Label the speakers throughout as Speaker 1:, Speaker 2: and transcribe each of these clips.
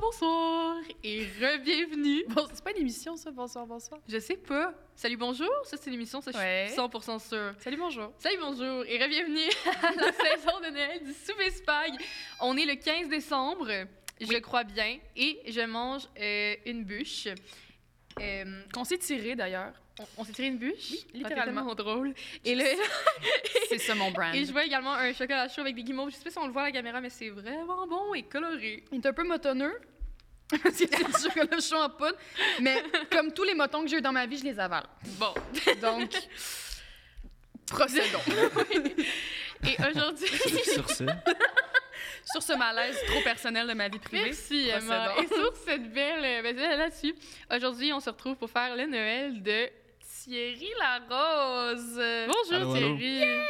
Speaker 1: bonsoir et re-bienvenue. Bon, c'est pas une émission, ça, bonsoir, bonsoir. Je sais pas. Salut, bonjour, ça c'est l'émission, ça je
Speaker 2: Ouais.
Speaker 1: suis 100% sûre.
Speaker 2: Salut, bonjour.
Speaker 1: Salut, bonjour et re-bienvenue à la saison de Noël du Souper Spag. On est le 15 décembre, je le crois bien, et je mange euh, une bûche. Euh,
Speaker 2: Qu'on s'est tiré d'ailleurs.
Speaker 1: on on s'est tiré une bûche?
Speaker 2: Oui,
Speaker 1: Ah, t'es
Speaker 2: littéralement.
Speaker 1: tellement drôle. Et le-
Speaker 2: C'est ça mon brand.
Speaker 1: et je vois également un chocolat chaud avec des guimauves. Je sais pas si on le voit à la caméra, mais c'est vraiment bon et coloré.
Speaker 2: Il est un peu motonneux. Parce que c'est du chocolat chaud en poudre. Mais comme tous les motons que j'ai eu dans ma vie, je les avale.
Speaker 1: Bon.
Speaker 2: Donc, procédons.
Speaker 1: Et aujourd'hui...
Speaker 3: Sur ce,
Speaker 2: Sur ce malaise trop personnel de ma vie privée.
Speaker 1: Merci Emma.
Speaker 2: Procédons.
Speaker 1: Et sur cette belle, euh, ben, c'est là-dessus, aujourd'hui on se retrouve pour faire le Noël de Thierry Larose. Bonjour
Speaker 3: Allô, allô.
Speaker 1: Thierry.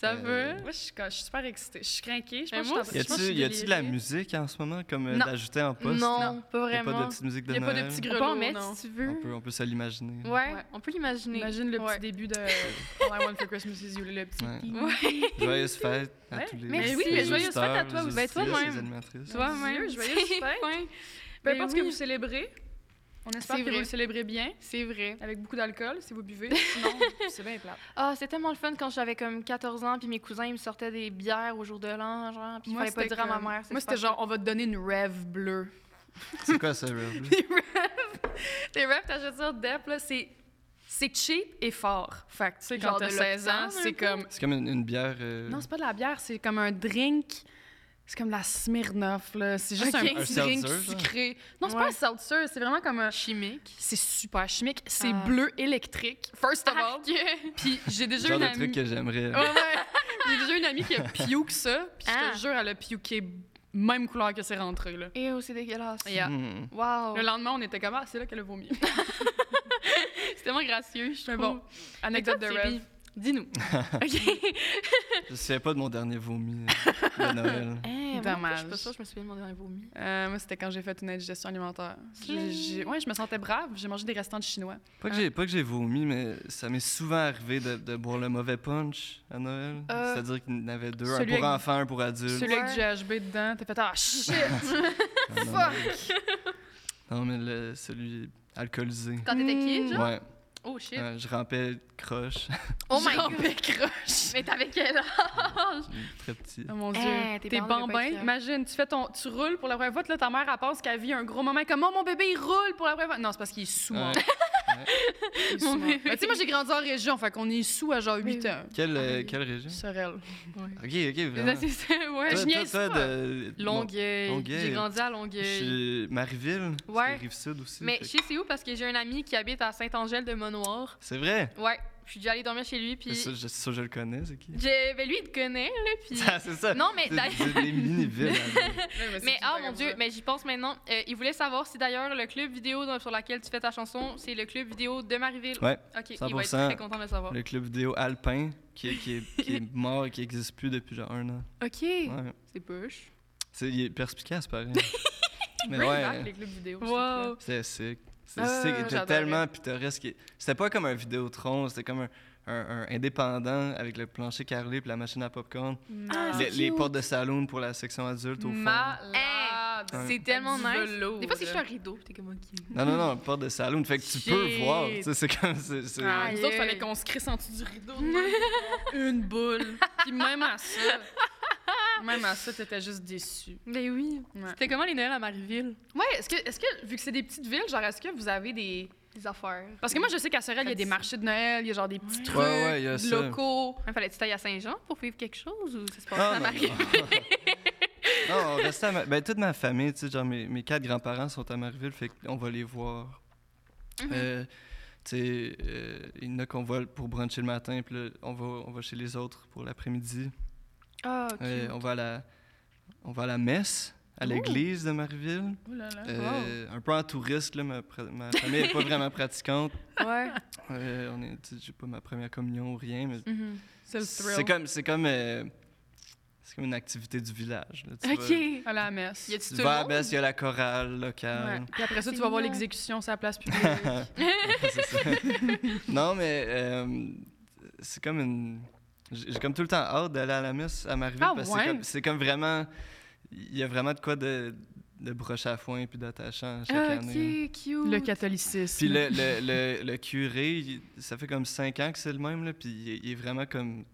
Speaker 1: Ça
Speaker 3: Euh,
Speaker 1: va?
Speaker 2: Moi, je suis, je suis super excitée. Je suis craquée. Je
Speaker 1: Mais
Speaker 2: pense
Speaker 1: moi
Speaker 2: que je
Speaker 1: aussi.
Speaker 2: suis en- je pense que je suis
Speaker 3: y a-tu y a-tu de la
Speaker 2: délirée.
Speaker 3: musique en ce moment comme euh,
Speaker 1: Non.
Speaker 3: d'ajouter en poste
Speaker 1: non, pas
Speaker 3: Y a
Speaker 1: vraiment.
Speaker 3: pas de petite musique de
Speaker 1: Y a pas de
Speaker 3: Noël.
Speaker 1: petit
Speaker 2: On
Speaker 1: grelots.
Speaker 2: peut en mettre
Speaker 1: non.
Speaker 2: si tu
Speaker 3: on
Speaker 2: veux.
Speaker 3: peut on peut se l'imaginer.
Speaker 1: Ouais,
Speaker 2: Ouais.
Speaker 1: on peut l'imaginer.
Speaker 2: Imagine le petit
Speaker 1: Ouais.
Speaker 2: début de All I Want for Christmas is You, le petit.
Speaker 3: Ouais.
Speaker 2: pi.
Speaker 1: Ouais.
Speaker 3: Joyeuses fêtes à
Speaker 2: Ouais.
Speaker 3: tous les
Speaker 1: Merci,
Speaker 3: les
Speaker 1: oui, mais
Speaker 3: auditeurs,
Speaker 1: joyeuses fêtes à toi,
Speaker 3: les
Speaker 1: oui, ben,
Speaker 3: auditrices,
Speaker 1: toi-même.
Speaker 3: les animatrices.
Speaker 1: Toi-même.
Speaker 2: Dieu, joyeuses
Speaker 1: C'est
Speaker 2: fêtes.
Speaker 1: fin.
Speaker 2: Peu
Speaker 1: Ben
Speaker 2: importe
Speaker 1: oui.
Speaker 2: que vous célébrez, on espère
Speaker 1: C'est
Speaker 2: que vous
Speaker 1: vrai.
Speaker 2: le célébrez bien,
Speaker 1: C'est vrai.
Speaker 2: avec beaucoup d'alcool, si vous buvez. Sinon, c'est bien plat.
Speaker 1: Ah, c'était tellement le fun quand j'avais comme 14 ans, puis mes cousins, ils me sortaient des bières au jour de l'an, genre, puis il fallait pas dire à ma mère. c'est
Speaker 2: Moi, c'était
Speaker 1: super
Speaker 2: genre, on va te donner une rêve bleue.
Speaker 3: C'est quoi ça, Rob?
Speaker 2: Des rêves, des rêves, t'achètes ça Dep, là, c'est. C'est cheap et fort. Fait que, tu sais,
Speaker 1: Genre
Speaker 2: quand t'as
Speaker 1: de
Speaker 2: 16 ans,
Speaker 1: l'Occitane, un
Speaker 2: c'est
Speaker 1: peu?
Speaker 2: comme.
Speaker 3: C'est comme une, une bière. euh,
Speaker 2: Non, c'est pas de la bière, c'est comme un drink. C'est comme la Smirnoff, là. C'est
Speaker 1: Ok.
Speaker 2: juste un,
Speaker 1: Un
Speaker 2: petit drink
Speaker 3: seltzer, genre?
Speaker 2: sucré. Non, c'est pas un seltzer, c'est vraiment comme un.
Speaker 1: chimique.
Speaker 2: C'est super chimique, c'est
Speaker 1: Ah.
Speaker 2: bleu électrique, first of all.
Speaker 1: Arc.
Speaker 2: Puis j'ai déjà
Speaker 3: genre
Speaker 2: une
Speaker 3: de
Speaker 2: amie.
Speaker 3: truc que j'aimerais.
Speaker 1: Oh,
Speaker 2: Ouais, ouais. J'ai déjà une amie qui a piouque ça, puis
Speaker 1: Ah.
Speaker 2: je te jure, elle a piouqué même couleur que c'est rentré, là.
Speaker 1: Et oh, c'est dégueulasse.
Speaker 2: Yeah.
Speaker 3: Hmm.
Speaker 1: Wow.
Speaker 2: Le lendemain, on était comme, ah, c'est là qu'elle a vomi.
Speaker 1: C'est tellement gracieux, je trouve.
Speaker 2: Mais bon, anecdote de rêve.
Speaker 1: Dis-nous. OK.
Speaker 3: Je sais pas de mon dernier vomi euh, de Noël.
Speaker 1: Eh, Je
Speaker 2: Dommage.
Speaker 1: suis pas sûre, je me souviens de mon dernier vomi.
Speaker 2: Euh, moi, c'était quand j'ai fait une indigestion alimentaire.
Speaker 1: Hmm.
Speaker 2: J'ai, j'ai- ouais, je me sentais brave, j'ai mangé des restants de chinois.
Speaker 3: Pas que j'ai pas que j'ai vomi, mais ça m'est souvent arrivé de, de boire le mauvais punch à Noël.
Speaker 1: Euh,
Speaker 3: C'est-à-dire qu'il y en avait deux, un
Speaker 2: celui
Speaker 3: pour
Speaker 2: avec-
Speaker 3: enfant, un pour adulte.
Speaker 2: Celui
Speaker 1: Ouais.
Speaker 2: avec du GHB dedans, t'as fait, ah, shit!
Speaker 3: Ah, non,
Speaker 2: Fuck!
Speaker 3: Non, mais le- celui alcoolisé.
Speaker 1: Quand t'étais qui, genre? Hmm.
Speaker 3: Ouais,
Speaker 1: Oh shit.
Speaker 3: euh, je rampais croche,
Speaker 1: oh my
Speaker 2: J'en
Speaker 1: god.
Speaker 2: fais croche.
Speaker 1: Mais t'avais quel âge?
Speaker 3: très petit.
Speaker 2: Oh mon dieu,
Speaker 1: Eh, tes
Speaker 2: t'es
Speaker 1: parents devaient pas
Speaker 2: bambin.
Speaker 1: être fiers.
Speaker 2: Imagine, tu fais ton, tu roules pour la première fois, puis là, ta mère, elle pense qu'elle vit un gros moment comme, oh, mon bébé, il roule pour la première fois. Non, c'est parce qu'il est sous.
Speaker 3: Ouais.
Speaker 2: hein. Il est
Speaker 1: Mon
Speaker 2: sous, hein.
Speaker 1: bébé.
Speaker 2: Ben, Tu sais, moi, j'ai grandi en région, fait qu'on est sous à genre
Speaker 1: Mais
Speaker 2: 8
Speaker 1: oui.
Speaker 2: ans.
Speaker 3: Quelle, euh,
Speaker 1: Arrêtez.
Speaker 3: quelle région?
Speaker 2: Sorel.
Speaker 3: Ok, ok,
Speaker 1: Mais
Speaker 3: vraiment.
Speaker 1: C'est ça, ouais.
Speaker 3: Toi-
Speaker 1: Je
Speaker 3: toi-
Speaker 1: niaise
Speaker 3: toi,
Speaker 1: pas.
Speaker 3: de-
Speaker 1: Longueuil.
Speaker 3: Longueuil.
Speaker 1: J'ai grandi à
Speaker 3: Je
Speaker 1: Longueuil.
Speaker 3: suis Marieville,
Speaker 1: Ouais.
Speaker 3: c'est Rive-Sud aussi.
Speaker 1: Mais
Speaker 3: fait
Speaker 1: je
Speaker 3: que-
Speaker 1: sais c'est où parce que j'ai un ami qui habite à Saint-Angèle-de-Monoir.
Speaker 3: C'est vrai?
Speaker 1: Ouais. Je suis déjà allée dormir chez lui, puis...
Speaker 3: Ça, je, ça, je le connais, c'est qui?
Speaker 1: J'ai- Ben lui, il te connaît, là, puis...
Speaker 3: Ah, c'est ça!
Speaker 1: Non, mais
Speaker 3: C'est-
Speaker 1: d'ailleurs...
Speaker 3: C'est des mini-villes. hein.
Speaker 1: Mais ah mon dieu, mais j'y pense maintenant. Euh, il voulait savoir si d'ailleurs le club vidéo dans- sur laquelle tu fais ta chanson, c'est le club vidéo de Marieville.
Speaker 3: Ouais,
Speaker 1: Ok, il va être
Speaker 3: 100%.
Speaker 1: très content de le savoir.
Speaker 3: le club vidéo alpin qui est, qui est, qui est mort et qui n'existe plus depuis genre un an.
Speaker 1: Ok.
Speaker 3: Ouais.
Speaker 1: C'est push.
Speaker 3: C'est, il est perspicace, pareil. mais
Speaker 2: Bring back
Speaker 3: ouais,
Speaker 2: les clubs vidéo.
Speaker 1: Wow.
Speaker 3: c'était sick. C'était
Speaker 2: Ah,
Speaker 3: sick. J'étais
Speaker 2: j'adorais.
Speaker 3: tellement pittoresque. et- C'était pas comme un Vidéotron, c'était comme un, un- un indépendant avec le plancher carrelé et la machine à popcorn.
Speaker 2: Mm.
Speaker 1: Ah,
Speaker 3: Les,
Speaker 1: c'est
Speaker 3: les
Speaker 1: cute.
Speaker 3: portes de saloon pour la section adulte au fond.
Speaker 2: Malade.
Speaker 3: Ouais.
Speaker 1: C'est tellement
Speaker 2: Du
Speaker 1: nice.
Speaker 2: velours,
Speaker 1: Des fois c'est
Speaker 2: là.
Speaker 1: juste un rideau, puis t'es comme ok.
Speaker 3: Non, non, non, porte de saloon. Fait que tu peux
Speaker 2: Shit.
Speaker 3: voir. Tu sais, c'est comme. c'est- c'est-
Speaker 2: Ah,
Speaker 1: Aïe.
Speaker 2: nous autres, fallait qu'on se crisse en dessous du rideau. de même. Une boule. Puis même à ça, même à ça, t'étais juste déçu.
Speaker 1: Ben oui.
Speaker 2: Ouais.
Speaker 1: C'était comment les Noëls à Marieville?
Speaker 2: Ouais, est-ce que, est-ce que, vu que c'est des petites villes, genre, est-ce que vous avez des.
Speaker 1: Les affaires.
Speaker 2: Parce que moi, je sais qu'à Sorel, il y a des
Speaker 1: Tradition.
Speaker 2: marchés de Noël, il y a genre des petits trucs
Speaker 3: Ouais, ouais, il y a ça.
Speaker 2: locaux.
Speaker 1: Il fallait que tu ailles à Saint-Jean pour vivre quelque chose ou ça se passe
Speaker 3: Ah,
Speaker 1: à
Speaker 3: non,
Speaker 1: Marieville?
Speaker 3: non, on restait à Ma- ben, toute ma famille, tu sais, genre mes, mes quatre grands-parents sont à Marieville, fait qu'on va les voir.
Speaker 1: Mm-hmm.
Speaker 3: Euh, tu sais, euh, il y en a qu'on va pour bruncher le matin, puis là, on va, on va chez les autres pour l'après-midi.
Speaker 1: Ah ok.
Speaker 3: Euh, on, va à la, on va à la messe, à l'église de Marieville.
Speaker 2: Oh là là.
Speaker 3: Euh, Un peu en touriste, là, ma, pra- ma famille n'est pas vraiment pratiquante.
Speaker 1: Ouais.
Speaker 3: Euh, on est, tu sais, j'ai pas ma première communion ou rien, mais
Speaker 1: Mhm.
Speaker 2: C'est le thrill.
Speaker 3: c'est comme, c'est comme, euh, c'est comme une activité du village. là, tu vas-
Speaker 1: Ok.
Speaker 2: À la messe.
Speaker 1: Y a-tu
Speaker 3: Tu
Speaker 1: tout le
Speaker 3: vas à la
Speaker 1: monde?
Speaker 3: messe, il y a la chorale locale.
Speaker 2: Ouais. Puis après ça,
Speaker 1: c'est
Speaker 2: tu vas voir
Speaker 1: mignon.
Speaker 2: l'exécution sur la place publique.
Speaker 3: C'est ça. non, mais euh, c'est comme une. J'ai j'ai comme tout le temps hâte d'aller à la messe à Marieville
Speaker 2: Ah,
Speaker 3: parce que
Speaker 2: ouais?
Speaker 3: c'est comme- c'est comme, vraiment. Il y a vraiment de quoi de, de broche à foin puis d'attachant à chaque
Speaker 1: Ah,
Speaker 3: année. là.
Speaker 1: ok, cute.
Speaker 2: Le catholicisme.
Speaker 3: Puis le, le, le, le curé, il- ça fait comme cinq ans que c'est le même, là, puis il, est- il est vraiment comme,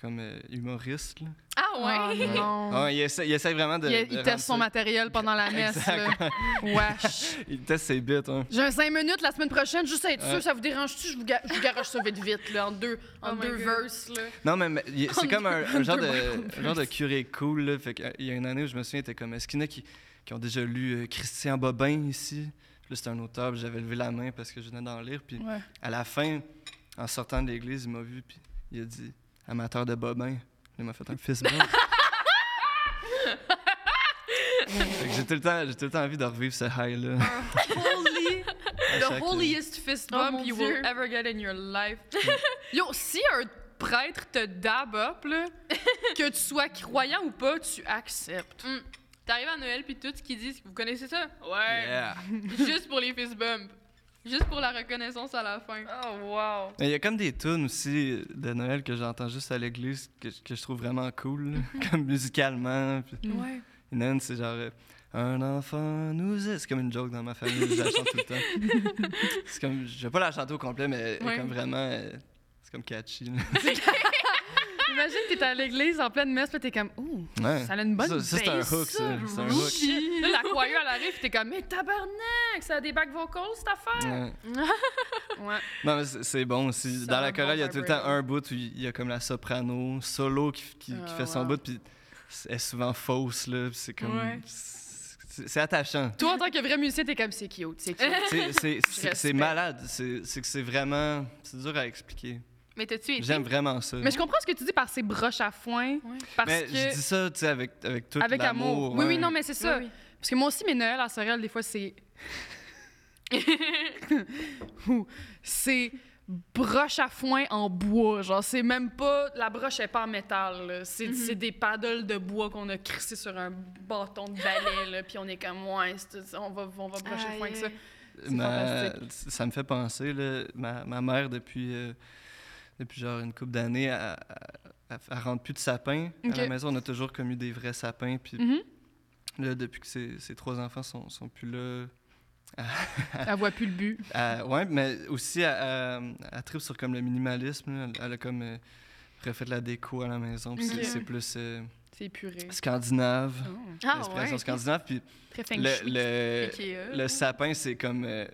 Speaker 3: comme euh, humoriste. Là.
Speaker 1: Ah ouais.
Speaker 2: Oh, non.
Speaker 3: Ah, il, essaie, il essaie vraiment de.
Speaker 2: il,
Speaker 3: de
Speaker 2: il
Speaker 3: rendre
Speaker 2: teste son
Speaker 3: ça-
Speaker 2: matériel pendant la messe. là.
Speaker 3: Exact.
Speaker 2: Wesh.
Speaker 3: il teste ses bits. Hein.
Speaker 2: J'ai un 5 minutes la semaine prochaine, juste à être sûr,
Speaker 3: Ouais.
Speaker 2: ça vous dérange-tu? Je vous, ga- je vous garoche ça vite vite, là, en deux, en
Speaker 1: Oh my
Speaker 2: deux
Speaker 1: God.
Speaker 2: verses, là.
Speaker 3: Non, mais, mais il-
Speaker 2: Oh,
Speaker 3: c'est comme un, un genre
Speaker 2: Deux
Speaker 3: de,
Speaker 2: brown
Speaker 3: un genre de curé cool. Là, fait que, euh, il y a une année où je me souviens, il était comme est-ce qu'il y en a qui, qui ont déjà lu euh, Christian Bobin ici Puis Là, c'était un auteur, puis j'avais levé la main parce que je venais d'en lire. Puis
Speaker 2: Ouais.
Speaker 3: à la fin, en sortant de l'église, il m'a vu, puis il a dit amateur de Bobin. Il m'a fait un fist bump. Fait que j'ai tout le temps, j'ai tout le temps envie de revivre ce high-là.
Speaker 2: Holy,
Speaker 3: à
Speaker 2: the
Speaker 3: chaque- euh,
Speaker 2: holiest fist
Speaker 1: Oh,
Speaker 2: bump
Speaker 1: mon
Speaker 2: you
Speaker 1: Dieu.
Speaker 2: will ever get in your life. Yo, si un prêtre te dab up, là, que tu sois croyant ou pas, tu acceptes.
Speaker 1: Mm. T'arrives à Noël, puis tout ce qu'ils disent, vous connaissez ça? Ouais.
Speaker 3: Yeah.
Speaker 1: Juste pour les fist bumps. Juste pour la reconnaissance à la fin.
Speaker 2: Oh, wow.
Speaker 3: Mais Il y a comme des tunes aussi de Noël que j'entends juste à l'église que, que je trouve vraiment cool, là, comme musicalement. puis-
Speaker 2: Mhm. Ouais.
Speaker 3: Il y en a une, c'est genre euh, Un enfant nous est. C'est comme une joke dans ma famille, je la chante tout le temps. C'est comme, je vais pas la chanter au complet, mais elle est
Speaker 2: Ouais.
Speaker 3: comme vraiment. euh, c'est comme catchy. là.
Speaker 2: Ah! Imagine, t'es à l'église en pleine messe, puis t'es comme, ouh,
Speaker 3: Ouais.
Speaker 2: ça a une bonne
Speaker 3: Ça- ça, c'est un
Speaker 2: bass,
Speaker 3: hook, ça. C'est un hook.
Speaker 2: Shit. Là, la choyeuse, elle arrive, puis t'es comme, mais tabarnak, ça a des back vocals, cette affaire.
Speaker 3: Ouais.
Speaker 2: Ouais.
Speaker 3: Non, mais c'est c'est bon aussi.
Speaker 2: Ça
Speaker 3: Dans
Speaker 2: va
Speaker 3: la
Speaker 2: bon
Speaker 3: chorale, il y a tout le temps
Speaker 2: vibrating.
Speaker 3: un bout où il y a comme la soprano, solo qui, qui- qui
Speaker 2: Ah,
Speaker 3: fait son
Speaker 2: wow.
Speaker 3: bout, puis elle est souvent fausse, là. puis C'est comme.
Speaker 2: Ouais.
Speaker 3: C'est c'est attachant.
Speaker 2: Toi, en tant que vrai musicien, t'es comme, c'est cute, c'est cute.
Speaker 3: C'est- c'est- C'est c'est
Speaker 2: Respect.
Speaker 3: malade. C'est c'est que c'est vraiment. C'est dur à expliquer.
Speaker 1: Mais t'as-tu été?
Speaker 3: J'aime vraiment ça.
Speaker 2: Mais je comprends ce que tu dis par ces broches à foin.
Speaker 1: Ouais.
Speaker 2: Parce
Speaker 3: Mais
Speaker 2: que.
Speaker 3: je dis ça, tu sais, avec, avec tout
Speaker 2: Avec amour.
Speaker 3: l'amour.
Speaker 2: Oui,
Speaker 3: ouais.
Speaker 2: oui, non, mais c'est ça.
Speaker 1: Oui, oui.
Speaker 2: Parce que moi aussi, mes Noëls à Sorel, des fois, c'est. Ouh, c'est broche à foin en bois. Genre, c'est même pas. La broche est pas en métal. là. C'est c'est des paddles de bois qu'on a crissé sur un bâton de balai, là, puis on est comme, ouais, c'est- on va, on va brocher le
Speaker 1: Aïe,
Speaker 2: foin avec ça.
Speaker 1: aïe.
Speaker 2: c'est
Speaker 3: Ma-
Speaker 2: fantastique.
Speaker 3: Ça me fait penser, là, ma, ma mère, depuis, euh, depuis genre une couple d'années, elle, elle, elle rentre plus de sapin.
Speaker 2: Ok.
Speaker 3: À la maison, on a toujours comme eu des vrais sapins. Puis
Speaker 2: Mhm.
Speaker 3: là, depuis que ses, ses trois enfants sont, sont plus là.
Speaker 2: Elle voit plus le but.
Speaker 3: elle- Euh, ouais, mais aussi, elle, elle, elle tripe sur comme le minimalisme. là. Elle, elle a comme euh, refait de la déco à la maison. puis c'est-
Speaker 2: Ok.
Speaker 3: C'est plus euh,
Speaker 2: C'est épuré.
Speaker 3: scandinave,
Speaker 2: Oh.
Speaker 1: Ah
Speaker 3: inspiration
Speaker 1: ouais.
Speaker 3: scandinave. Puis
Speaker 2: Très fin
Speaker 3: le, le-
Speaker 1: Ikea.
Speaker 3: Euh, Le sapin, c'est comme euh,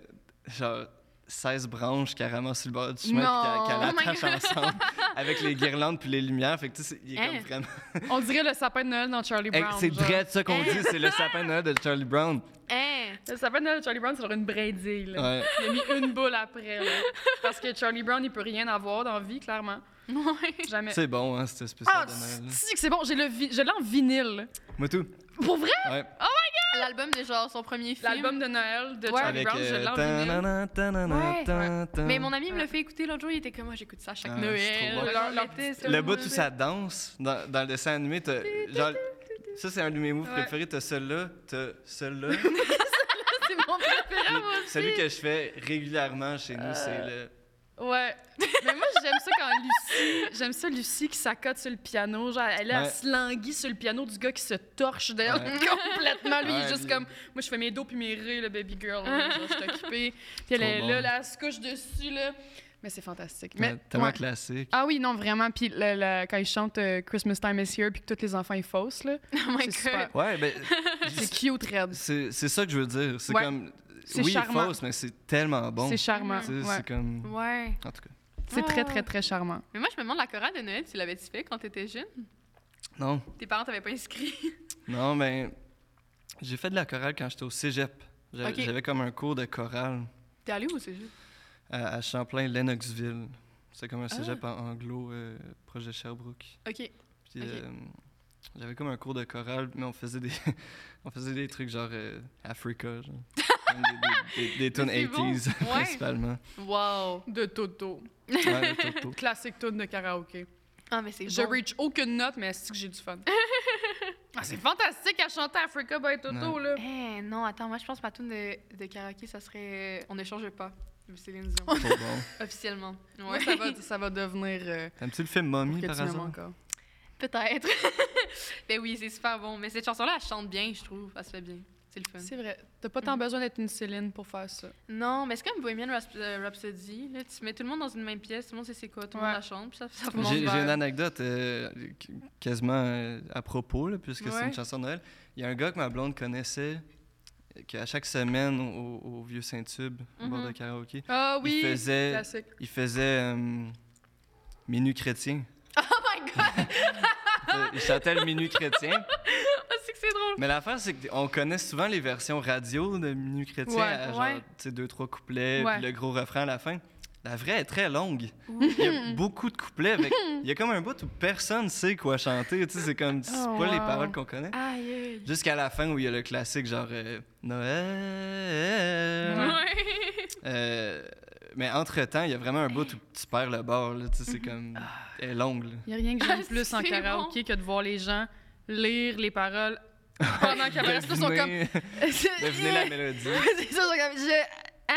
Speaker 3: genre 16 branches qu'elle ramasse sur le bord du chemin
Speaker 2: Non.
Speaker 1: Oh my
Speaker 3: puis qu'elle- qu'elle attache ensemble avec les guirlandes puis les lumières. Fait que tu sais, c'est- il est
Speaker 1: Hein?
Speaker 3: comme vraiment...
Speaker 2: On dirait le sapin de Noël dans Charlie
Speaker 3: Hey,
Speaker 2: Brown.
Speaker 3: c'est
Speaker 2: genre.
Speaker 3: direct ça qu'on dit, c'est le sapin de Noël de Charlie Brown.
Speaker 1: Hein?
Speaker 2: Le sapin de Noël de Charlie Brown, c'est genre une brindille. là.
Speaker 3: Ouais.
Speaker 2: Il a mis une boule après. là. Parce que Charlie Brown, il peut rien avoir dans la vie, clairement.
Speaker 1: Ouais.
Speaker 2: Jamais.
Speaker 3: C'est bon, hein, c'était spécial
Speaker 2: Ah,
Speaker 3: de Noël. là.
Speaker 2: si, que c'est bon, j'ai le vi- je l'ai en vinyle.
Speaker 3: Moi tout.
Speaker 2: Pour vrai?
Speaker 3: Ouais.
Speaker 1: L'album de genre son premier film.
Speaker 2: L'album de Noël de
Speaker 1: Ouais.
Speaker 2: Charlie
Speaker 3: Avec
Speaker 2: Brown, je
Speaker 3: euh,
Speaker 2: l'ai en vinyle.
Speaker 3: tanana, tanana,
Speaker 1: Ouais.
Speaker 3: tan, tan.
Speaker 1: Mais mon ami me l'a fait écouter l'autre jour, il était comme moi, j'écoute ça à chaque
Speaker 3: Ah, c'est
Speaker 1: Noël.
Speaker 3: trop bon.
Speaker 1: Genre,
Speaker 2: Leur-
Speaker 1: l'été, c'est
Speaker 3: Le
Speaker 1: comme-
Speaker 3: bout où ça danse dans, dans le dessin animé, t'as- genre, ça c'est un de mes moves
Speaker 2: Ouais.
Speaker 3: préférés. T'as celui-là, t'as celui-là.
Speaker 2: C'est mon préféré,
Speaker 3: puis
Speaker 2: moi aussi. Euh,
Speaker 3: celui que je fais régulièrement chez nous, c'est le.
Speaker 2: Ouais. Mais moi, j'aime ça quand Lucie... J'aime ça, Lucie, qui s'accote sur le piano. Genre, elle, elle
Speaker 3: Ouais.
Speaker 2: se languit sur le piano du gars qui se torche d'elle
Speaker 3: Ouais.
Speaker 2: complètement. ah, Lui, il est
Speaker 3: Ouais,
Speaker 2: juste
Speaker 3: lui.
Speaker 2: comme... Moi, je fais mes dos puis mes raies, le baby girl. là, genre, je suis occupée. Puis elle
Speaker 3: Trop
Speaker 2: est
Speaker 3: bon.
Speaker 2: là, là, elle se couche dessus, là. Mais c'est fantastique. Mais,
Speaker 3: Ouais, tellement
Speaker 2: ouais.
Speaker 3: classique.
Speaker 2: Ah oui, non, vraiment. Puis le- le- quand ils chantent euh, Christmas Time is Here, puis que tous les enfants, ils faussent, là.
Speaker 1: Oh my
Speaker 2: c'est super.
Speaker 1: god.
Speaker 3: Ouais, ben,
Speaker 2: C'est cute, Red.
Speaker 3: c'est c'est ça que je veux dire. C'est
Speaker 2: Ouais.
Speaker 3: comme.
Speaker 2: C'est
Speaker 3: oui,
Speaker 2: charmant.
Speaker 3: fausse, mais c'est tellement bon.
Speaker 2: C'est charmant.
Speaker 3: Tu sais,
Speaker 2: ouais.
Speaker 3: C'est comme.
Speaker 1: Ouais.
Speaker 3: En tout cas.
Speaker 2: C'est très, très, très charmant.
Speaker 1: Mais moi, je me demande, la chorale de Noël, tu l'avais-tu fait quand t'étais jeune?
Speaker 3: Non,
Speaker 1: Tes parents t'avaient pas inscrit.
Speaker 3: non, mais. J'ai fait de la chorale quand j'étais au cégep. J'avais
Speaker 1: Ok.
Speaker 3: j'avais comme un cours de chorale
Speaker 1: T'es allé où, c'est juste?
Speaker 3: à, à Champlain-Lennoxville. C'est comme un cégep en anglo, euh, projet Sherbrooke.
Speaker 1: Ok.
Speaker 3: Puis.
Speaker 1: Ok.
Speaker 3: euh, j'avais comme un cours de chorale, mais on faisait des, on faisait des trucs genre euh, Africa, genre. Comme des, des, des, des tunes
Speaker 1: Mais c'est bon.
Speaker 3: 80s
Speaker 1: Ouais.
Speaker 3: principalement.
Speaker 1: Wow.
Speaker 2: De Toto.
Speaker 3: Ouais, le Toto.
Speaker 2: Classique tune de karaoké.
Speaker 1: Ah, mais c'est
Speaker 2: Je
Speaker 1: bon.
Speaker 2: reach aucune note, mais c'est que j'ai du fun. Ah, c'est fantastique à chanter Africa by Toto, là.
Speaker 1: Eh non, attends, moi je pense que ma tune de, de karaoké, ça serait euh, On ne change pas, de Céline Dion.
Speaker 3: Trop bon.
Speaker 1: Officiellement. Ouais.
Speaker 2: Moi, ça va, ça va devenir... euh,
Speaker 3: T'aimes-tu le film Mommy
Speaker 2: que
Speaker 3: par
Speaker 2: tu m'aimes
Speaker 3: hasard?
Speaker 2: encore.
Speaker 1: Peut-être. ben oui, c'est super bon. Mais cette chanson-là, elle chante bien, je trouve. Elle se fait bien. C'est le fun.
Speaker 2: C'est vrai. T'as pas tant besoin d'être une Céline pour faire ça.
Speaker 1: Non, mais c'est comme Bohemian Raps- euh, Rhapsody. Là, tu mets tout le monde dans une même pièce, tout le monde sait c'est quoi, tout le
Speaker 2: Ouais.
Speaker 1: monde la chante, puis ça, ça
Speaker 2: Tout le monde
Speaker 1: remonte
Speaker 3: J'ai j'ai
Speaker 1: vers-
Speaker 3: une anecdote euh, qu- quasiment euh, à propos, là, puisque c'est
Speaker 1: Ouais.
Speaker 3: une chanson de Noël. Il y a un gars que ma blonde connaissait, euh, qu'à chaque semaine au, au vieux Saint-Tube, au bord
Speaker 1: Mhm.
Speaker 3: de karaoké,
Speaker 2: Ah oui!
Speaker 3: il faisait,
Speaker 2: Classique.
Speaker 3: il faisait euh, Menu chrétien.
Speaker 1: Oh my god!
Speaker 3: il chantait le Menu chrétien.
Speaker 1: Ah, c'est que c'est drôle!
Speaker 3: Mais l'affaire, c'est qu'on connaît souvent les versions radio de Menu chrétien,
Speaker 2: Ouais,
Speaker 3: à genre,
Speaker 1: ouais.
Speaker 3: tu sais, deux, trois couplets,
Speaker 2: Ouais.
Speaker 3: puis le gros refrain à la fin. La vraie est très longue. Il y a beaucoup de couplets. avec- Il y a comme un bout où personne sait quoi chanter. Tu sais, c'est comme, c'est
Speaker 2: Oh,
Speaker 3: pas les
Speaker 2: wow.
Speaker 3: paroles qu'on connaît.
Speaker 1: Aïe, aïe!
Speaker 3: Jusqu'à la fin où il y a le classique genre euh, Noël.
Speaker 2: Ouais.
Speaker 1: Ouais.
Speaker 3: Euh, mais entre-temps, il y a vraiment un bout où tu perds le bord. Là, tu sais, c'est comme. Elle est longue. là.
Speaker 2: Il a rien que
Speaker 1: Ah,
Speaker 2: j'aime plus en
Speaker 1: c'est
Speaker 2: karaoké que de voir les gens lire les paroles pendant qu'ils apparaissent. Ils sont comme.
Speaker 3: Devinez- devinez la mélodie.
Speaker 2: C'est ça, ils sont comme. Je... Hein?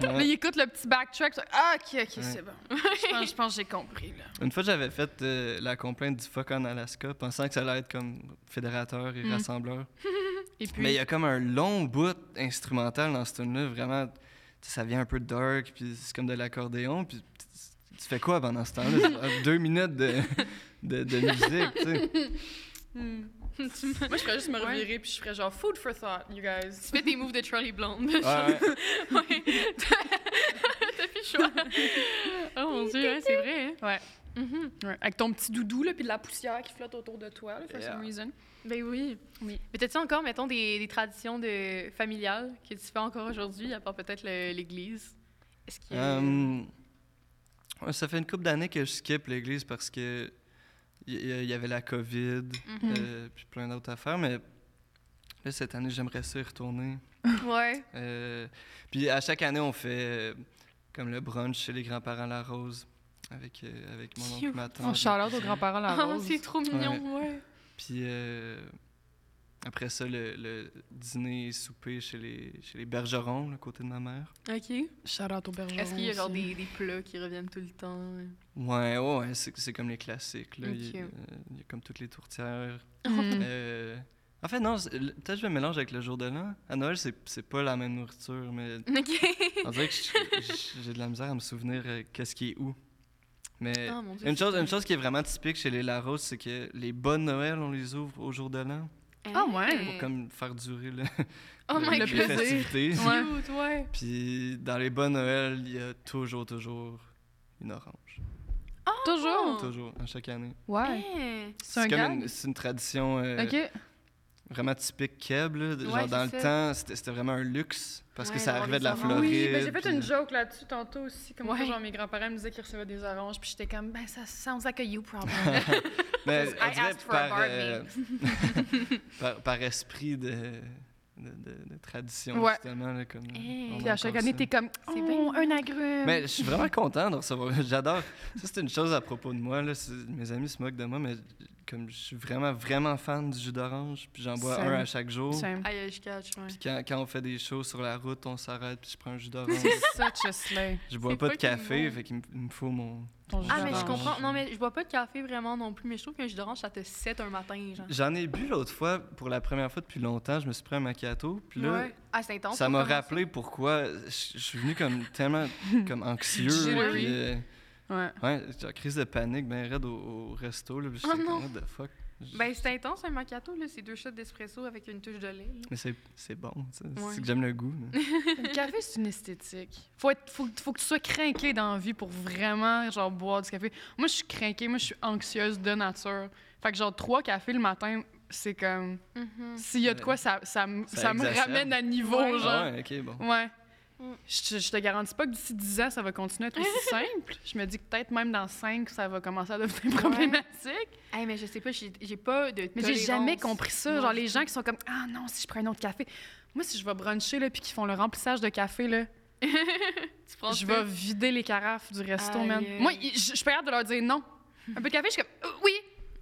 Speaker 3: Ouais.
Speaker 2: Là, ils écoutent le petit backtrack. ils sont- Ah, ok, ok,
Speaker 3: Ouais.
Speaker 2: c'est bon. Je pense, je pense que j'ai compris, là.
Speaker 3: Une fois, j'avais fait euh, la complainte du fuck en Alaska, pensant que ça allait être comme fédérateur et
Speaker 2: Mm.
Speaker 3: rassembleur.
Speaker 2: Et puis.
Speaker 3: Mais il y a comme un long bout instrumental dans ce tune-là, vraiment. tu sais, Ça vient un peu dark, puis c'est comme de l'accordéon, puis tu- tu fais quoi pendant ce temps-là? Ça fait Deux minutes de, de, de musique, tu sais.
Speaker 2: Hmm. Moi, je ferais juste me
Speaker 1: Ouais.
Speaker 2: revirer puis je ferais genre food for thought, you
Speaker 1: Tu
Speaker 2: guys.
Speaker 1: fais tes moves de Charlie Blonde.
Speaker 3: Ouais, ouais.
Speaker 1: Ouais. T'as plus le choix. Oh mon dieu, hein, c'est vrai. hein.
Speaker 2: Ouais.
Speaker 1: Mhm.
Speaker 2: Ouais, Avec ton petit doudou, là, puis de la poussière qui flotte autour de toi, là, for
Speaker 3: Yeah.
Speaker 2: some reason.
Speaker 1: Ben oui.
Speaker 2: Oui.
Speaker 1: Mais t'as-tu encore, mettons, des, des traditions de, familiales que tu fais encore aujourd'hui, à part peut-être le- l'église? Est-ce qu'il y a...
Speaker 3: Hum, ouais, ça fait une couple d'années que je skip l'église parce que il y, il y avait la COVID,
Speaker 1: Mhm.
Speaker 3: euh, puis plein d'autres affaires, mais là, cette année, j'aimerais ça y retourner.
Speaker 1: Ouais.
Speaker 3: Euh, puis à chaque année, on fait euh, comme le brunch chez les grands-parents La Rose avec, euh, avec mon
Speaker 1: Cute.
Speaker 3: oncle, ma tante.
Speaker 2: On charlotte aux grands-parents, la
Speaker 1: Oh,
Speaker 2: rose.
Speaker 1: c'est trop mignon, ouais.
Speaker 3: Puis euh, après ça, le, le dîner et souper chez les, chez les Bergerons, le côté de ma mère.
Speaker 1: OK.
Speaker 2: Charlotte aux bergerons.
Speaker 1: Est-ce qu'il y a genre
Speaker 2: aussi.
Speaker 1: des, des plats qui reviennent tout le temps?
Speaker 3: Ouais, ouais, ouais, c'est c'est comme les classiques. là. Il y,
Speaker 1: Ok.
Speaker 3: a- euh, il y a comme toutes les tourtières.
Speaker 1: Mm.
Speaker 2: Hmm.
Speaker 3: Euh, en fait, non, c'est- le- peut-être je le mélange avec le jour de l'an. À Noël, c'est c'est pas la même nourriture, mais
Speaker 1: OK.
Speaker 3: on dirait que je- j'ai de la misère à me souvenir euh, qu'est-ce qui est où. Mais
Speaker 1: Ah, mon Dieu,
Speaker 3: Euh, une,
Speaker 1: c'est
Speaker 3: chose,
Speaker 1: vrai.
Speaker 3: une chose qui est vraiment typique chez les Larose, c'est que les bas de Noël, on les ouvre au jour de l'an
Speaker 2: Ah ouais.
Speaker 3: pour comme faire durer le,
Speaker 1: Hein? Euh. Oh
Speaker 3: le-
Speaker 1: my
Speaker 2: le
Speaker 3: les
Speaker 1: God.
Speaker 2: plaisir.
Speaker 3: festivités.
Speaker 2: Ouais.
Speaker 1: Cute, ouais.
Speaker 3: Puis dans les bas de Noël, il y a toujours, toujours une orange.
Speaker 1: Oh.
Speaker 2: Toujours.
Speaker 3: Toujours, à chaque année.
Speaker 2: Ouais.
Speaker 1: Hey.
Speaker 2: C'est un
Speaker 3: comme
Speaker 2: gag?
Speaker 3: une, c'est une tradition euh,
Speaker 2: Ok.
Speaker 3: vraiment typique Keb. là. De-
Speaker 1: Ouais,
Speaker 3: genre, dans le
Speaker 1: c'est
Speaker 3: temps, c'était c'était vraiment un luxe parce
Speaker 1: Ouais,
Speaker 3: que ça
Speaker 1: d'avoir
Speaker 3: arrivait
Speaker 1: des
Speaker 3: de la
Speaker 1: oranges.
Speaker 3: Ah Floride. euh.
Speaker 2: Oui, mais j'ai fait
Speaker 3: puis-
Speaker 2: une joke là-dessus tantôt aussi. Comme
Speaker 1: Ouais.
Speaker 2: quoi, genre, mes grands-parents me disaient qu'ils recevaient des oranges, puis j'étais comme, ben, ça sounds like a you problem.
Speaker 3: Mais
Speaker 2: Because
Speaker 3: on
Speaker 2: I
Speaker 3: dirait
Speaker 2: asked for a
Speaker 3: par,
Speaker 2: Barbie.
Speaker 3: euh, par, par esprit de, de, de- de tradition,
Speaker 2: Ouais.
Speaker 3: justement. Là, comme,
Speaker 1: Hey.
Speaker 3: on
Speaker 2: puis
Speaker 3: a
Speaker 2: à chaque
Speaker 3: Ah, encore
Speaker 2: année,
Speaker 3: ça.
Speaker 2: t'es comme,
Speaker 1: C'est
Speaker 2: oh,
Speaker 1: bien.
Speaker 2: un agrume.
Speaker 3: Mais je suis vraiment content de recevoir. J'adore. Ça, c'est une chose à propos de moi. Là. c'est- Mes amis se moquent de moi, mais comme je suis vraiment, vraiment fan du jus d'orange, puis j'en bois
Speaker 2: Ça
Speaker 3: un
Speaker 2: me-
Speaker 3: à chaque jour.
Speaker 2: Same.
Speaker 1: Aïe, je catch, ouais.
Speaker 3: Puis quand, quand on fait des shows sur la route, on s'arrête, puis je prends un jus d'orange.
Speaker 2: Such a slay.
Speaker 3: je bois
Speaker 1: C'est
Speaker 3: pas de
Speaker 1: fucking
Speaker 3: café,
Speaker 1: bon.
Speaker 3: fait qu'il me- il me faut mon.
Speaker 2: Ton jus
Speaker 1: Ah, mais je
Speaker 2: d'orange.
Speaker 1: comprends. Non, mais je bois pas de café vraiment non plus, mais je trouve qu'un jus d'orange, ça te 7 un matin, genre.
Speaker 3: J'en ai bu l'autre fois, pour la première fois depuis longtemps, je me suis pris un macchiato, puis là,
Speaker 1: Ouais. Ah, c'est intense.
Speaker 3: Ça m'a
Speaker 1: pour commencer.
Speaker 3: rappelé pourquoi je je suis venu comme tellement comme anxieux.
Speaker 2: Jittery.
Speaker 3: puis, euh,
Speaker 2: Ouais.
Speaker 3: ouais, j'ai une crise de panique, ben raide au, au resto. Là, puis j'étais
Speaker 1: Oh non.
Speaker 3: comme, What the fuck.
Speaker 1: Ben, c'est intense un macchiato, là. C'est deux shots d'espresso avec une touche de lait. là.
Speaker 3: Mais c'est, c'est bon, tu sais,
Speaker 1: Ouais.
Speaker 3: c'est que j'aime le goût. là.
Speaker 2: Le café, c'est une esthétique. Faut, être, faut, faut que tu sois craqué dans la vie pour vraiment genre, boire du café. Moi, je suis craqué, moi, je suis anxieuse de nature. Fait que, genre, trois cafés le matin, c'est comme.
Speaker 1: Mm-hmm.
Speaker 2: S'il y a de quoi, ça, ça, me-
Speaker 3: Ça
Speaker 2: ça me
Speaker 3: exacerbe.
Speaker 2: ramène à niveau,
Speaker 1: Ouais.
Speaker 2: genre.
Speaker 3: Ah ouais, ok, bon.
Speaker 2: Ouais.
Speaker 1: Mm.
Speaker 2: Je, je te garantis pas que d'ici 10 ans, ça va continuer à être aussi simple. Je me dis que peut-être même dans 5, ça va commencer à devenir problématique.
Speaker 1: Hey, mais je sais pas, j'ai j'ai pas de.
Speaker 2: Mais j'ai jamais
Speaker 1: tolérance.
Speaker 2: compris ça.
Speaker 1: Non,
Speaker 2: Genre,
Speaker 1: je-
Speaker 2: les gens qui sont comme Ah non, si je prends un autre café. Moi, si je vais bruncher, là, puis qu'ils font le remplissage de café, là,
Speaker 1: Tu prends
Speaker 2: je
Speaker 1: ça?
Speaker 2: vais vider les carafes du resto,
Speaker 1: Aïe,
Speaker 2: man.
Speaker 1: aïe.
Speaker 2: Moi, je je suis pas capable de leur dire non. Un peu de café, je suis
Speaker 1: oh,
Speaker 2: comme Oui.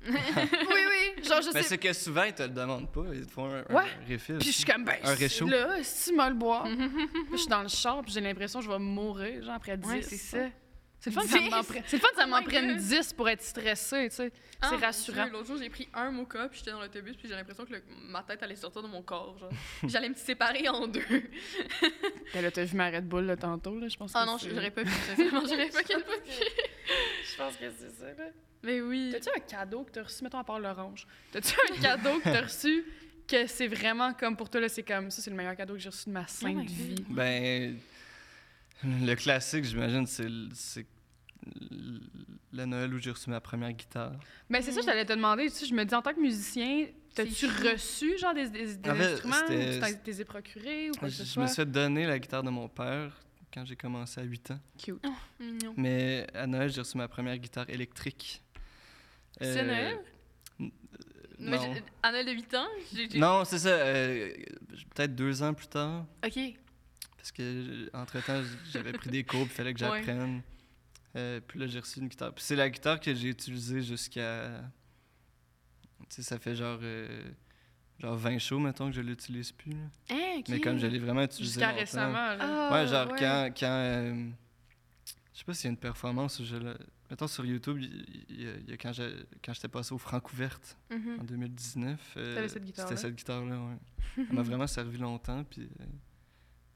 Speaker 2: oui, oui. Genre, je
Speaker 3: Mais
Speaker 2: sais.
Speaker 3: c'est que souvent, ils te le demandent pas. Ils te font un, un
Speaker 2: Ouais.
Speaker 3: refill.
Speaker 2: Puis je suis comme, ben,
Speaker 3: Un
Speaker 2: c'est
Speaker 3: réchaud.
Speaker 2: là, si mal boire. Puis je suis dans le char, puis j'ai l'impression que je vais mourir, genre, après 10.
Speaker 1: Ouais, c'est ça.
Speaker 2: C'est le fun, que ça
Speaker 1: Dix?
Speaker 2: m'en prenne- c'est le fun que ça
Speaker 1: Oh
Speaker 2: m'en
Speaker 1: my
Speaker 2: prenne
Speaker 1: God.
Speaker 2: 10 pour être stressée, tu sais.
Speaker 1: Ah,
Speaker 2: c'est
Speaker 1: mon
Speaker 2: rassurant.
Speaker 1: Dieu, L'autre jour, j'ai pris un mocha, puis j'étais dans l'autobus, puis j'ai l'impression que le- ma tête allait sortir de mon corps. genre. J'allais me séparer en deux.
Speaker 2: Ben là, t'as vu ma Red Bull là, tantôt, là, je pense
Speaker 1: Ah
Speaker 2: que
Speaker 1: non,
Speaker 2: c'est-
Speaker 1: j'aurais pas pu. sincèrement, J'aurais pas qu'elle pas pu.
Speaker 2: Je pense que c'est ça, là.
Speaker 1: Mais oui.
Speaker 2: T'as-tu un cadeau que t'as reçu, mettons, à part l'orange? T'as-tu un cadeau que t'as reçu que c'est vraiment comme pour toi, là, c'est comme ça, c'est le meilleur cadeau que j'ai reçu de ma sainte
Speaker 1: my God.
Speaker 2: vie?
Speaker 3: Ben, le classique, j'imagine, c'est l- c'est l- la Noël où j'ai reçu ma première guitare.
Speaker 2: Ben, c'est ça, que j'allais te demander, tu sais, je me dis, en tant que musicien, t'as-tu
Speaker 1: C'est qui?
Speaker 2: reçu, genre, des, des, des
Speaker 3: En fait,
Speaker 2: instruments? ou
Speaker 3: Ah, c'était-
Speaker 2: Tu t'en- t'es les as procurés ou quoi que
Speaker 3: Je
Speaker 2: ce
Speaker 3: je
Speaker 2: soit?
Speaker 3: me suis fait donner la guitare de mon père quand j'ai commencé à 8 ans.
Speaker 2: Cute.
Speaker 1: Mignon.
Speaker 3: Mais à Noël, j'ai reçu ma première guitare électrique.
Speaker 1: C'est
Speaker 3: Euh,
Speaker 1: Noël?
Speaker 3: n-
Speaker 1: Moi,
Speaker 3: non.
Speaker 1: j'ai- à Noël de 8 ans, j'ai. j'ai-
Speaker 3: Non, c'est ça. euh, Peut-être deux ans plus tard,
Speaker 1: Ok.
Speaker 3: parce que entre temps, j'avais pris des cours, il fallait que
Speaker 1: Ouais.
Speaker 3: j'apprenne. Euh, puis là, j'ai reçu une guitare. Puis c'est la guitare que j'ai utilisée jusqu'à. Tu sais, ça fait genre. euh, Genre 20 shows, mettons, que je l'utilise plus. là.
Speaker 1: Hein, ok.
Speaker 3: Mais comme je l'ai vraiment utilisé.
Speaker 2: Jusqu'à
Speaker 3: longtemps.
Speaker 2: récemment, là.
Speaker 1: Ah,
Speaker 3: Ouais, genre
Speaker 1: ouais.
Speaker 3: quand. quand euh, je sais pas s'il y a une performance où je l'ai- Mettons sur YouTube, il il y, a- il y a quand j'ai- quand j'étais passé au Francouverte en
Speaker 1: Mhm.
Speaker 3: 2019. euh,
Speaker 2: T'avais cette guitare-là?
Speaker 3: C'était cette guitare-là, ouais. Elle m'a vraiment servi longtemps, puis euh,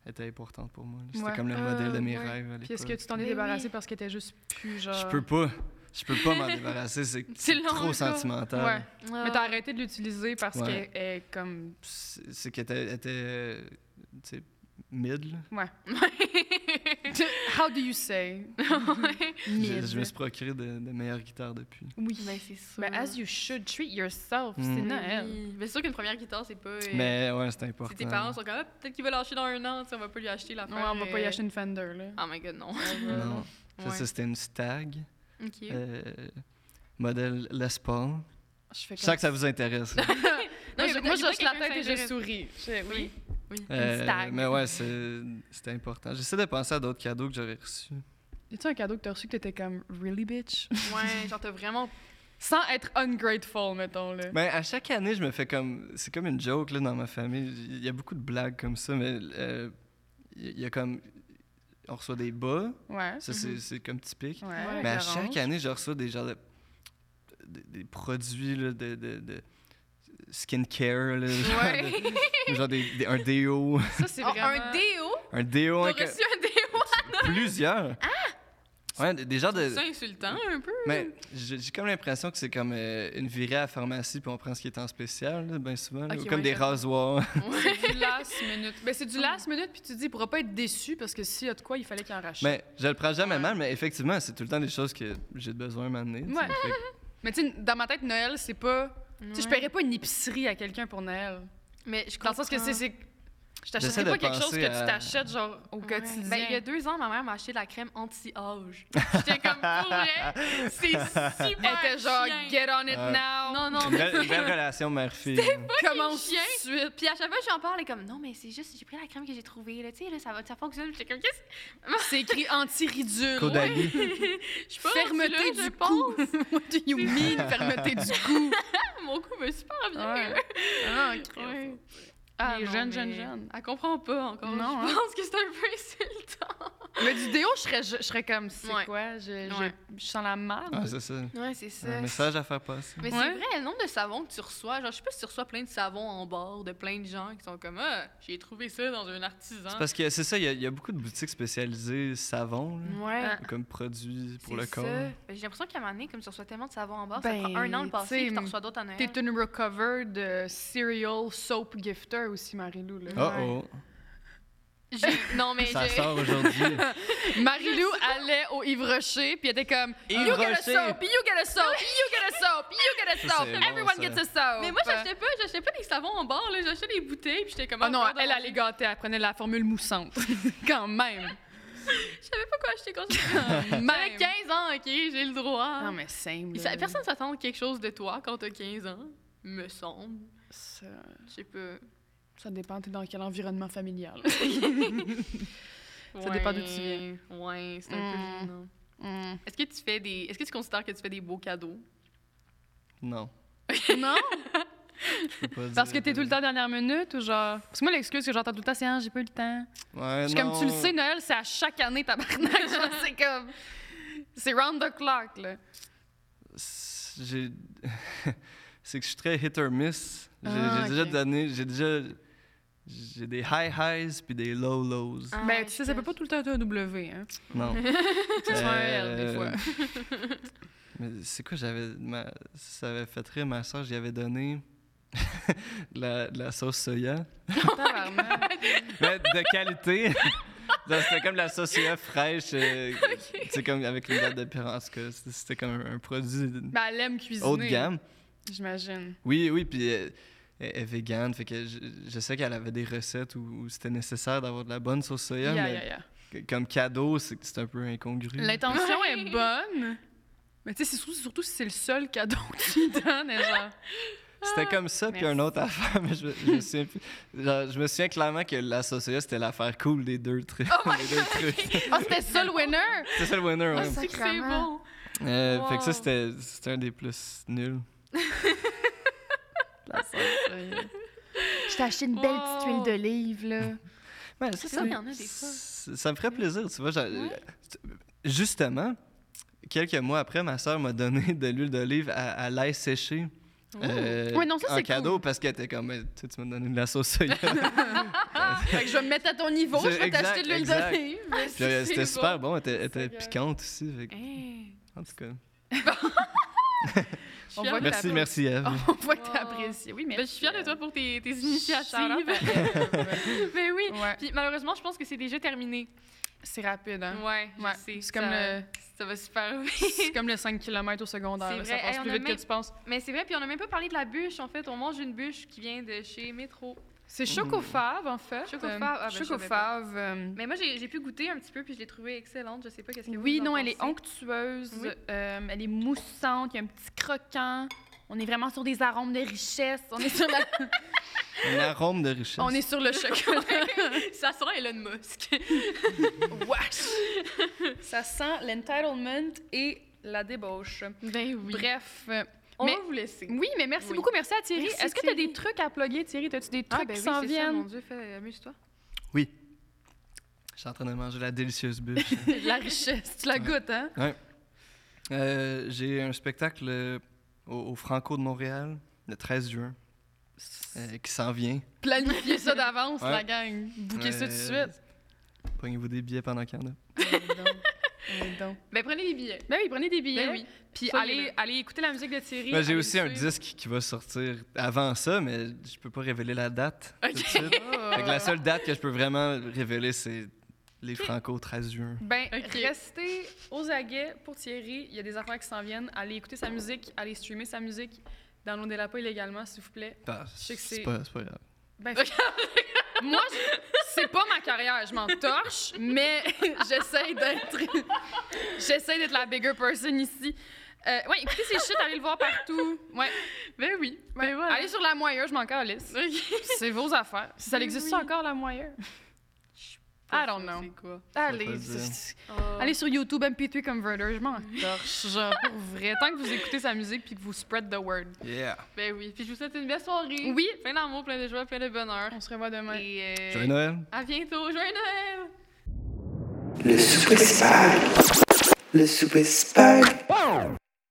Speaker 3: elle était importante pour moi. là. C'était
Speaker 2: Ouais.
Speaker 3: comme le
Speaker 1: Euh,
Speaker 3: modèle de mes
Speaker 1: ouais.
Speaker 3: rêves à
Speaker 2: Puis est-ce que
Speaker 3: l'époque.
Speaker 2: tu t'en es
Speaker 1: Mais
Speaker 2: débarrassé
Speaker 1: oui.
Speaker 2: parce qu'elle était juste plus, genre...
Speaker 3: Je peux pas. Je peux pas m'en débarrasser, c'est
Speaker 1: C'est
Speaker 3: c'est
Speaker 1: long,
Speaker 3: trop
Speaker 1: là.
Speaker 3: sentimental.
Speaker 2: Ouais.
Speaker 1: Ah,
Speaker 2: Mais t'as arrêté de l'utiliser parce
Speaker 3: Ouais.
Speaker 2: qu'elle est comme
Speaker 3: C'est c'est qu'elle était, elle était, euh, tu sais, mid, là.
Speaker 2: How do you say?
Speaker 3: Je, je me suis procuré de, de meilleures guitares depuis.
Speaker 2: Oui.
Speaker 1: Ben, c'est sûr.
Speaker 2: Ben, as you should treat yourself,
Speaker 3: Mm.
Speaker 2: c'est
Speaker 1: Oui.
Speaker 2: Noël.
Speaker 1: Mais c'est sûr qu'une première guitare, c'est pas. euh,
Speaker 3: Mais ouais, c'est important.
Speaker 1: Si tes parents sont comme, Ah, peut-être qu'il va lâcher dans un an, tu sais, on va pas lui acheter l'affaire.
Speaker 2: Ouais, on va pas y
Speaker 1: euh,
Speaker 2: acheter une Fender, là.
Speaker 1: Oh my god, non.
Speaker 2: euh,
Speaker 3: Non. Ça,
Speaker 1: Ouais.
Speaker 3: ça, c'était une stag.
Speaker 1: Ok.
Speaker 3: euh, modèle Les Paul.
Speaker 2: Je fais
Speaker 3: Je sens que ça vous intéresse. là.
Speaker 1: Non,
Speaker 2: Moi,
Speaker 1: mais
Speaker 2: je,
Speaker 1: peut-être-
Speaker 2: moi,
Speaker 1: il
Speaker 2: je
Speaker 1: y a
Speaker 2: hoche la
Speaker 1: quelqu'un
Speaker 2: tête et
Speaker 1: qui
Speaker 2: je
Speaker 1: s'intéresse.
Speaker 2: souris. Je- oui.
Speaker 1: Oui.
Speaker 3: Euh,
Speaker 2: stag.
Speaker 3: mais ouais, c'est- c'était important. J'essaie de penser à d'autres cadeaux que j'aurais reçus.
Speaker 2: Y a-tu un cadeau que t'as reçu que t'étais comme really bitch?
Speaker 1: Ouais, genre, t'as vraiment.
Speaker 2: Sans être ungrateful, mettons, là.
Speaker 3: Mais Ben, à chaque année, je me fais comme. C'est comme une joke là, dans ma famille. Il y a beaucoup de blagues comme ça, mais euh, il y a comme. On reçoit des bas.
Speaker 2: Ouais.
Speaker 3: Ça, c'est c'est comme typique.
Speaker 2: Ouais.
Speaker 1: Mais
Speaker 3: Mais à
Speaker 2: avec
Speaker 3: ben, chaque
Speaker 2: orange.
Speaker 3: année, je reçois des genres de, des, des produits là, de, de, de skincare, là, genre,
Speaker 1: Ouais.
Speaker 3: de- genre des- des- un déo,
Speaker 2: Ça, c'est
Speaker 1: Ah,
Speaker 2: vraiment...
Speaker 1: Un déo?
Speaker 3: un déo,
Speaker 1: T'as
Speaker 3: un ca-
Speaker 1: reçu un déo?
Speaker 3: plusieurs. Ouais, des, des genres de.
Speaker 1: C'est insultant, un peu.
Speaker 3: Mais j'ai j'ai comme l'impression que c'est comme euh, une virée à la pharmacie puis on prend ce qui est en spécial, là, ben souvent, là,
Speaker 2: Ok,
Speaker 3: ou comme
Speaker 2: ouais,
Speaker 3: des
Speaker 2: j'avoue.
Speaker 3: rasoirs.
Speaker 2: C'est du last minute. Ben, c'est du last minute, puis tu te dis, il pourra pas être déçu parce que s'il y a de quoi, il fallait qu'il en rachète.
Speaker 3: Mais je le prends jamais
Speaker 1: Ouais.
Speaker 3: mal, mais effectivement, c'est tout le temps des choses que j'ai besoin m'amener. tu sais.
Speaker 2: Ouais.
Speaker 3: Fait que-
Speaker 2: Mais tu sais, dans ma tête, Noël, c'est pas... Tu sais, je
Speaker 1: Ouais.
Speaker 2: paierais pas une épicerie à quelqu'un pour Noël.
Speaker 1: Mais je
Speaker 2: Dans
Speaker 1: comprends.
Speaker 2: le sens que c'est. c'est- Je t'achèterais
Speaker 3: J'essaie de
Speaker 2: pas quelque chose
Speaker 3: penser
Speaker 2: que
Speaker 3: à-
Speaker 2: tu t'achètes, genre, au
Speaker 1: Ouais.
Speaker 2: quotidien.
Speaker 1: Ben, il y a deux ans, ma mère m'a acheté de la crème anti-âge. J'étais comme, pour vrai, c'est super
Speaker 2: Elle était genre,
Speaker 1: chien.
Speaker 2: get on it
Speaker 3: Ouais.
Speaker 2: now.
Speaker 1: Non, non,
Speaker 3: Une belle, une belle relation mère-fille. là.
Speaker 2: commence
Speaker 1: chien.
Speaker 2: tout de suite.
Speaker 1: Puis à chaque fois que j'en parle, elle est comme non, mais c'est juste, j'ai pris la crème que j'ai trouvée, là, tu sais, là, ça, va, ça fonctionne. Puis J'étais comme, qu'est-ce
Speaker 2: C'est écrit anti-ridule.
Speaker 3: Caudalie.
Speaker 1: que je pense,
Speaker 2: Fermeté
Speaker 1: là,
Speaker 2: du
Speaker 1: je
Speaker 2: cou.
Speaker 1: pense.
Speaker 2: What do you mean, fermeté du cou?
Speaker 1: Mon cou va super bien.
Speaker 2: Ouais. Ah, crème.
Speaker 1: Ouais.
Speaker 2: Ah,
Speaker 1: Les
Speaker 2: non,
Speaker 1: jeunes,
Speaker 2: mais-
Speaker 1: jeunes, jeunes. Elle comprend pas encore.
Speaker 2: Non,
Speaker 1: je
Speaker 2: hein.
Speaker 1: pense que c'est un peu insultant.
Speaker 2: Le du déo, je serais, je, je serais comme, c'est
Speaker 1: Ouais.
Speaker 2: quoi? Je, je-
Speaker 1: Ouais.
Speaker 2: je sens la merde.
Speaker 3: Ouais, c'est ça.
Speaker 1: Ouais, c'est ça.
Speaker 3: Un message à faire passer.
Speaker 1: Mais
Speaker 2: Ouais.
Speaker 1: c'est vrai, le nombre de savons que tu reçois, genre, je sais pas si tu reçois plein de savons en bord de plein de gens qui sont comme, ah, j'ai trouvé ça dans un artisan.
Speaker 3: C'est parce que c'est ça, il y a- il y, a beaucoup de boutiques spécialisées savon, là,
Speaker 1: Ouais.
Speaker 2: Ah,
Speaker 3: comme produits pour le
Speaker 1: C'est ça.
Speaker 3: corps.
Speaker 1: Ben, J'ai l'impression qu'à un moment donné, comme tu reçois tellement de savons en bord,
Speaker 2: Ben,
Speaker 1: ça prend un an de
Speaker 2: tu sais,
Speaker 1: passer, puis t'en reçois d'autres en Noël.
Speaker 2: T'es une recovered euh, cereal soap gifter aussi, Marie-Lou. là.
Speaker 3: Oh oh,
Speaker 1: Je- Non, mais
Speaker 3: ça
Speaker 1: je-
Speaker 3: sort aujourd'hui.
Speaker 2: Marie-Lou allait au Yves Rocher, puis elle était comme You
Speaker 3: Yves
Speaker 2: get a
Speaker 3: Rocher.
Speaker 2: soap, you get a soap, you get a soap, you get a
Speaker 3: Ça,
Speaker 2: soap,
Speaker 3: c'est bon,
Speaker 2: everyone
Speaker 3: ça.
Speaker 2: gets a soap.
Speaker 1: Mais moi, j'achetais pas, j'achetais pas des savons en barre, là. J'achetais des bouteilles, puis j'étais comme...
Speaker 2: Oh non,
Speaker 1: pardon,
Speaker 2: elle allait
Speaker 1: j'ai-
Speaker 2: gâter, elle prenait la formule moussante. Quand même.
Speaker 1: Je savais pas quoi acheter quand j'étais...
Speaker 2: Quand
Speaker 1: J'avais 15 ans, OK, j'ai le droit.
Speaker 2: Non, mais simple.
Speaker 1: Il sa- Personne s'attend à quelque chose de toi quand t'as 15 ans, me semble.
Speaker 2: Ça,
Speaker 1: Je sais pas.
Speaker 2: ça dépend, t'es dans quel environnement familial.
Speaker 1: Ouais.
Speaker 2: dépend d'où tu viens.
Speaker 1: Ouais, c'est un peu
Speaker 2: Mm.
Speaker 1: gênant. Est-ce que tu fais des... Est-ce que tu considères que tu fais des beaux cadeaux?
Speaker 3: Non,
Speaker 2: Non?
Speaker 3: je peux pas
Speaker 2: Parce que
Speaker 3: dire.
Speaker 2: t'es tout le temps dernière minute ou genre. Parce que moi, l'excuse que j'entends tout le temps, c'est Ah, j'ai pas eu le temps.
Speaker 3: Ouais,
Speaker 2: Je suis comme,
Speaker 3: non.
Speaker 2: tu le sais, Noël, c'est à chaque année, tabarnak. Genre, c'est comme. C'est round the clock, là.
Speaker 3: C'est- j'ai- c'est que je suis très hit or miss. J'ai
Speaker 2: Ah,
Speaker 3: j'ai déjà
Speaker 2: ok.
Speaker 3: donné, j'ai déjà j'ai des high highs puis des low lows.
Speaker 1: Ah,
Speaker 2: ben, tu sais,
Speaker 1: je
Speaker 2: ça peut
Speaker 1: sais.
Speaker 2: pas tout le temps être un W, hein.
Speaker 3: Non.
Speaker 2: C'est soit un L, des
Speaker 3: Euh,
Speaker 2: fois.
Speaker 3: Mais c'est quoi j'avais ma- ça avait fait rire ma soeur, j'y avais donné de la, de la sauce soya,
Speaker 2: Tabarnak.
Speaker 3: mais de qualité. Donc, c'était comme la sauce soya fraîche, euh, tu sais, comme avec une date de pire. En tout cas, c'était c'était comme un, un produit
Speaker 2: Ben, elle aime cuisiner.
Speaker 3: haut de gamme.
Speaker 2: J'imagine.
Speaker 3: Oui, oui, puis euh, elle, elle est végane, fait que je, je sais qu'elle avait des recettes où, où c'était nécessaire d'avoir de la bonne sauce soya,
Speaker 2: Yeah,
Speaker 3: mais
Speaker 2: yeah, yeah.
Speaker 3: c- comme cadeau, c'est c'est un peu incongru.
Speaker 2: L'intention
Speaker 1: Ouais.
Speaker 2: est bonne, mais tu sais, c'est surtout, surtout si c'est le seul cadeau qu'il donne, et genre. Ah,
Speaker 3: C'était comme ça, puis un autre affaire, mais je, je, me souviens plus. Genre, je me souviens clairement que la sauce soya, c'était l'affaire cool des deux trucs. les deux trucs.
Speaker 2: Ah, c'était ça le winner!
Speaker 3: C'est ça le winner, ouais.
Speaker 2: Oh Ah, c'est que c'est
Speaker 1: Sacrement.
Speaker 2: bon!
Speaker 3: Euh, Fait
Speaker 2: wow.
Speaker 3: que ça, c'était c'était un des plus nuls.
Speaker 4: Je t'ai acheté une belle petite
Speaker 2: Wow.
Speaker 4: huile d'olive, là.
Speaker 3: Ouais,
Speaker 1: C'est ça, il y en a des fois.
Speaker 3: Ben, Ça ça me ferait plaisir, tu vois. j'a- Justement, quelques mois après, ma soeur m'a donné de l'huile d'olive à, à l'ail séché. euh,
Speaker 2: Ouais, non, ça,
Speaker 3: en
Speaker 2: c'est
Speaker 3: cadeau parce qu'elle était comme Mais tu tu m'as donné de la sauce soya
Speaker 2: Fait que je vais me mettre à ton niveau, je
Speaker 3: C'est
Speaker 2: vais t'acheter de l'huile
Speaker 3: exact,
Speaker 2: d'olive. Mais
Speaker 3: Puis, euh,
Speaker 2: c'est
Speaker 3: c'était
Speaker 2: bon.
Speaker 3: super bon, elle était, elle était
Speaker 2: Seigneur.
Speaker 3: piquante aussi fait que-
Speaker 1: Hey,
Speaker 3: en tout cas
Speaker 1: je suis
Speaker 2: On
Speaker 1: fière
Speaker 2: voit
Speaker 1: de
Speaker 2: que
Speaker 1: ta
Speaker 3: merci
Speaker 2: t'as-
Speaker 3: merci Eve
Speaker 2: On voit que t'as
Speaker 1: Wow.
Speaker 2: apprécié. Oui, mais.
Speaker 1: Ben, je suis fière de toi pour tes, tes
Speaker 2: Shout-out
Speaker 1: initiatives.
Speaker 2: à-
Speaker 1: Mais oui.
Speaker 2: Ouais,
Speaker 1: Puis malheureusement, je pense que c'est déjà terminé.
Speaker 2: c'est rapide, hein.
Speaker 1: Ouais, je
Speaker 2: Ouais,
Speaker 1: sais.
Speaker 2: c'est comme
Speaker 1: ça,
Speaker 2: le-
Speaker 1: ça va super
Speaker 2: C'est
Speaker 1: vite.
Speaker 2: comme le 5 km au secondaire.
Speaker 1: C'est
Speaker 2: là, Ça
Speaker 1: vrai.
Speaker 2: passe
Speaker 1: Hey, on
Speaker 2: plus
Speaker 1: a
Speaker 2: vite
Speaker 1: même-
Speaker 2: que tu penses.
Speaker 1: Mais c'est vrai, puis on n'a même pas parlé de la bûche, en fait. On mange une bûche qui vient de chez Métro.
Speaker 2: C'est chocofave, en fait.
Speaker 1: Chocofave, Mhm. ah, ben, je savais pas.
Speaker 2: Chocofave, euh,
Speaker 1: Mais moi, j'ai j'ai pu goûter un petit peu, puis je l'ai trouvée excellente. Je sais pas qu'est-ce que
Speaker 2: Oui,
Speaker 1: vous en
Speaker 2: non, elle est
Speaker 1: pensez.
Speaker 2: onctueuse,
Speaker 1: Oui.
Speaker 2: euh, elle est moussante, il y a un petit croquant. On est vraiment sur des arômes de richesse. On est sur, la-
Speaker 3: un arôme de richesse
Speaker 2: on est sur le chocolat.
Speaker 1: Ça sent Elon Musk.
Speaker 2: Wesh! Ça sent l'entitlement et la débauche.
Speaker 1: ben oui.
Speaker 2: Bref. euh,
Speaker 1: on
Speaker 2: mais-
Speaker 1: va vous laisser.
Speaker 2: Oui, mais merci
Speaker 1: Oui.
Speaker 2: beaucoup. Merci à Thierry. Ah, ben
Speaker 1: Merci,
Speaker 2: Est-ce que tu as
Speaker 1: Thierry.
Speaker 2: des trucs à plugger, Thierry? As-tu des trucs qui s'en
Speaker 1: Ah, ben c'est ça,
Speaker 2: viennent?
Speaker 1: mon Dieu, fais- amuse-toi.
Speaker 3: je suis en train de manger la délicieuse bûche
Speaker 2: la richesse, tu la
Speaker 3: Ouais.
Speaker 2: goûtes, hein?
Speaker 3: Euh, j'ai un spectacle euh, au, au Franco de Montréal le 13 juin euh, qui s'en vient
Speaker 2: Planifiez ça d'avance,
Speaker 3: Ouais.
Speaker 2: la gang. Bouquez ça tout de
Speaker 3: Euh,
Speaker 2: suite.
Speaker 3: pognez-vous des billets pendant qu'il y en a
Speaker 1: Ben prenez des billets.
Speaker 2: Ben oui, prenez des billets.
Speaker 1: Ben oui.
Speaker 2: Puis
Speaker 1: Soyez
Speaker 2: allez, allez écouter la musique de Thierry.
Speaker 3: Ben, j'ai
Speaker 2: allez
Speaker 3: aussi
Speaker 2: le
Speaker 3: un
Speaker 2: suivre.
Speaker 3: disque qui va sortir avant ça, mais je peux pas révéler la date tout de suite. Fait
Speaker 2: Oh.
Speaker 3: que la seule date que je peux vraiment révéler, c'est les Franco 13 juin.
Speaker 2: Ben,
Speaker 1: Ok.
Speaker 2: restez aux aguets pour Thierry. Il y a des affaires qui s'en viennent. Allez écouter sa musique, allez streamer sa musique. Downloadez-la pas illégalement, s'il vous plaît.
Speaker 3: Bah,
Speaker 2: sais que c'est-
Speaker 3: c'est pas, c'est pas grave.
Speaker 2: Ben, moi, je- c'est pas ma carrière, je m'en torche, mais j'essaie d'être j'essaie d'être la bigger person ici. Euh, ouais, écoutez ses shit, allez le voir partout. Ouais,
Speaker 1: Ben oui. Ben voilà.
Speaker 2: allez sur la moyeuse, je m'en calisse. C'est vos affaires. Si ça
Speaker 1: Ben
Speaker 2: existe
Speaker 1: oui.
Speaker 2: ça encore, la moyeuse. I don't know. Oh.
Speaker 1: quoi.
Speaker 2: Allez,
Speaker 3: pas dire.
Speaker 2: c'est- Allez sur YouTube MP3 Converter, je m'en torche, genre pour vrai. Tant que vous écoutez sa musique puis que vous spread the word.
Speaker 3: Yeah!
Speaker 1: Ben oui. Puis je vous souhaite une belle soirée.
Speaker 2: Oui.
Speaker 1: Plein d'amour, plein de joie, plein de bonheur.
Speaker 2: On se revoit demain.
Speaker 1: Et euh,
Speaker 3: Joyeux Noël!
Speaker 1: à bientôt. Joyeux Noël!
Speaker 5: Le souper spag. Le souper spag.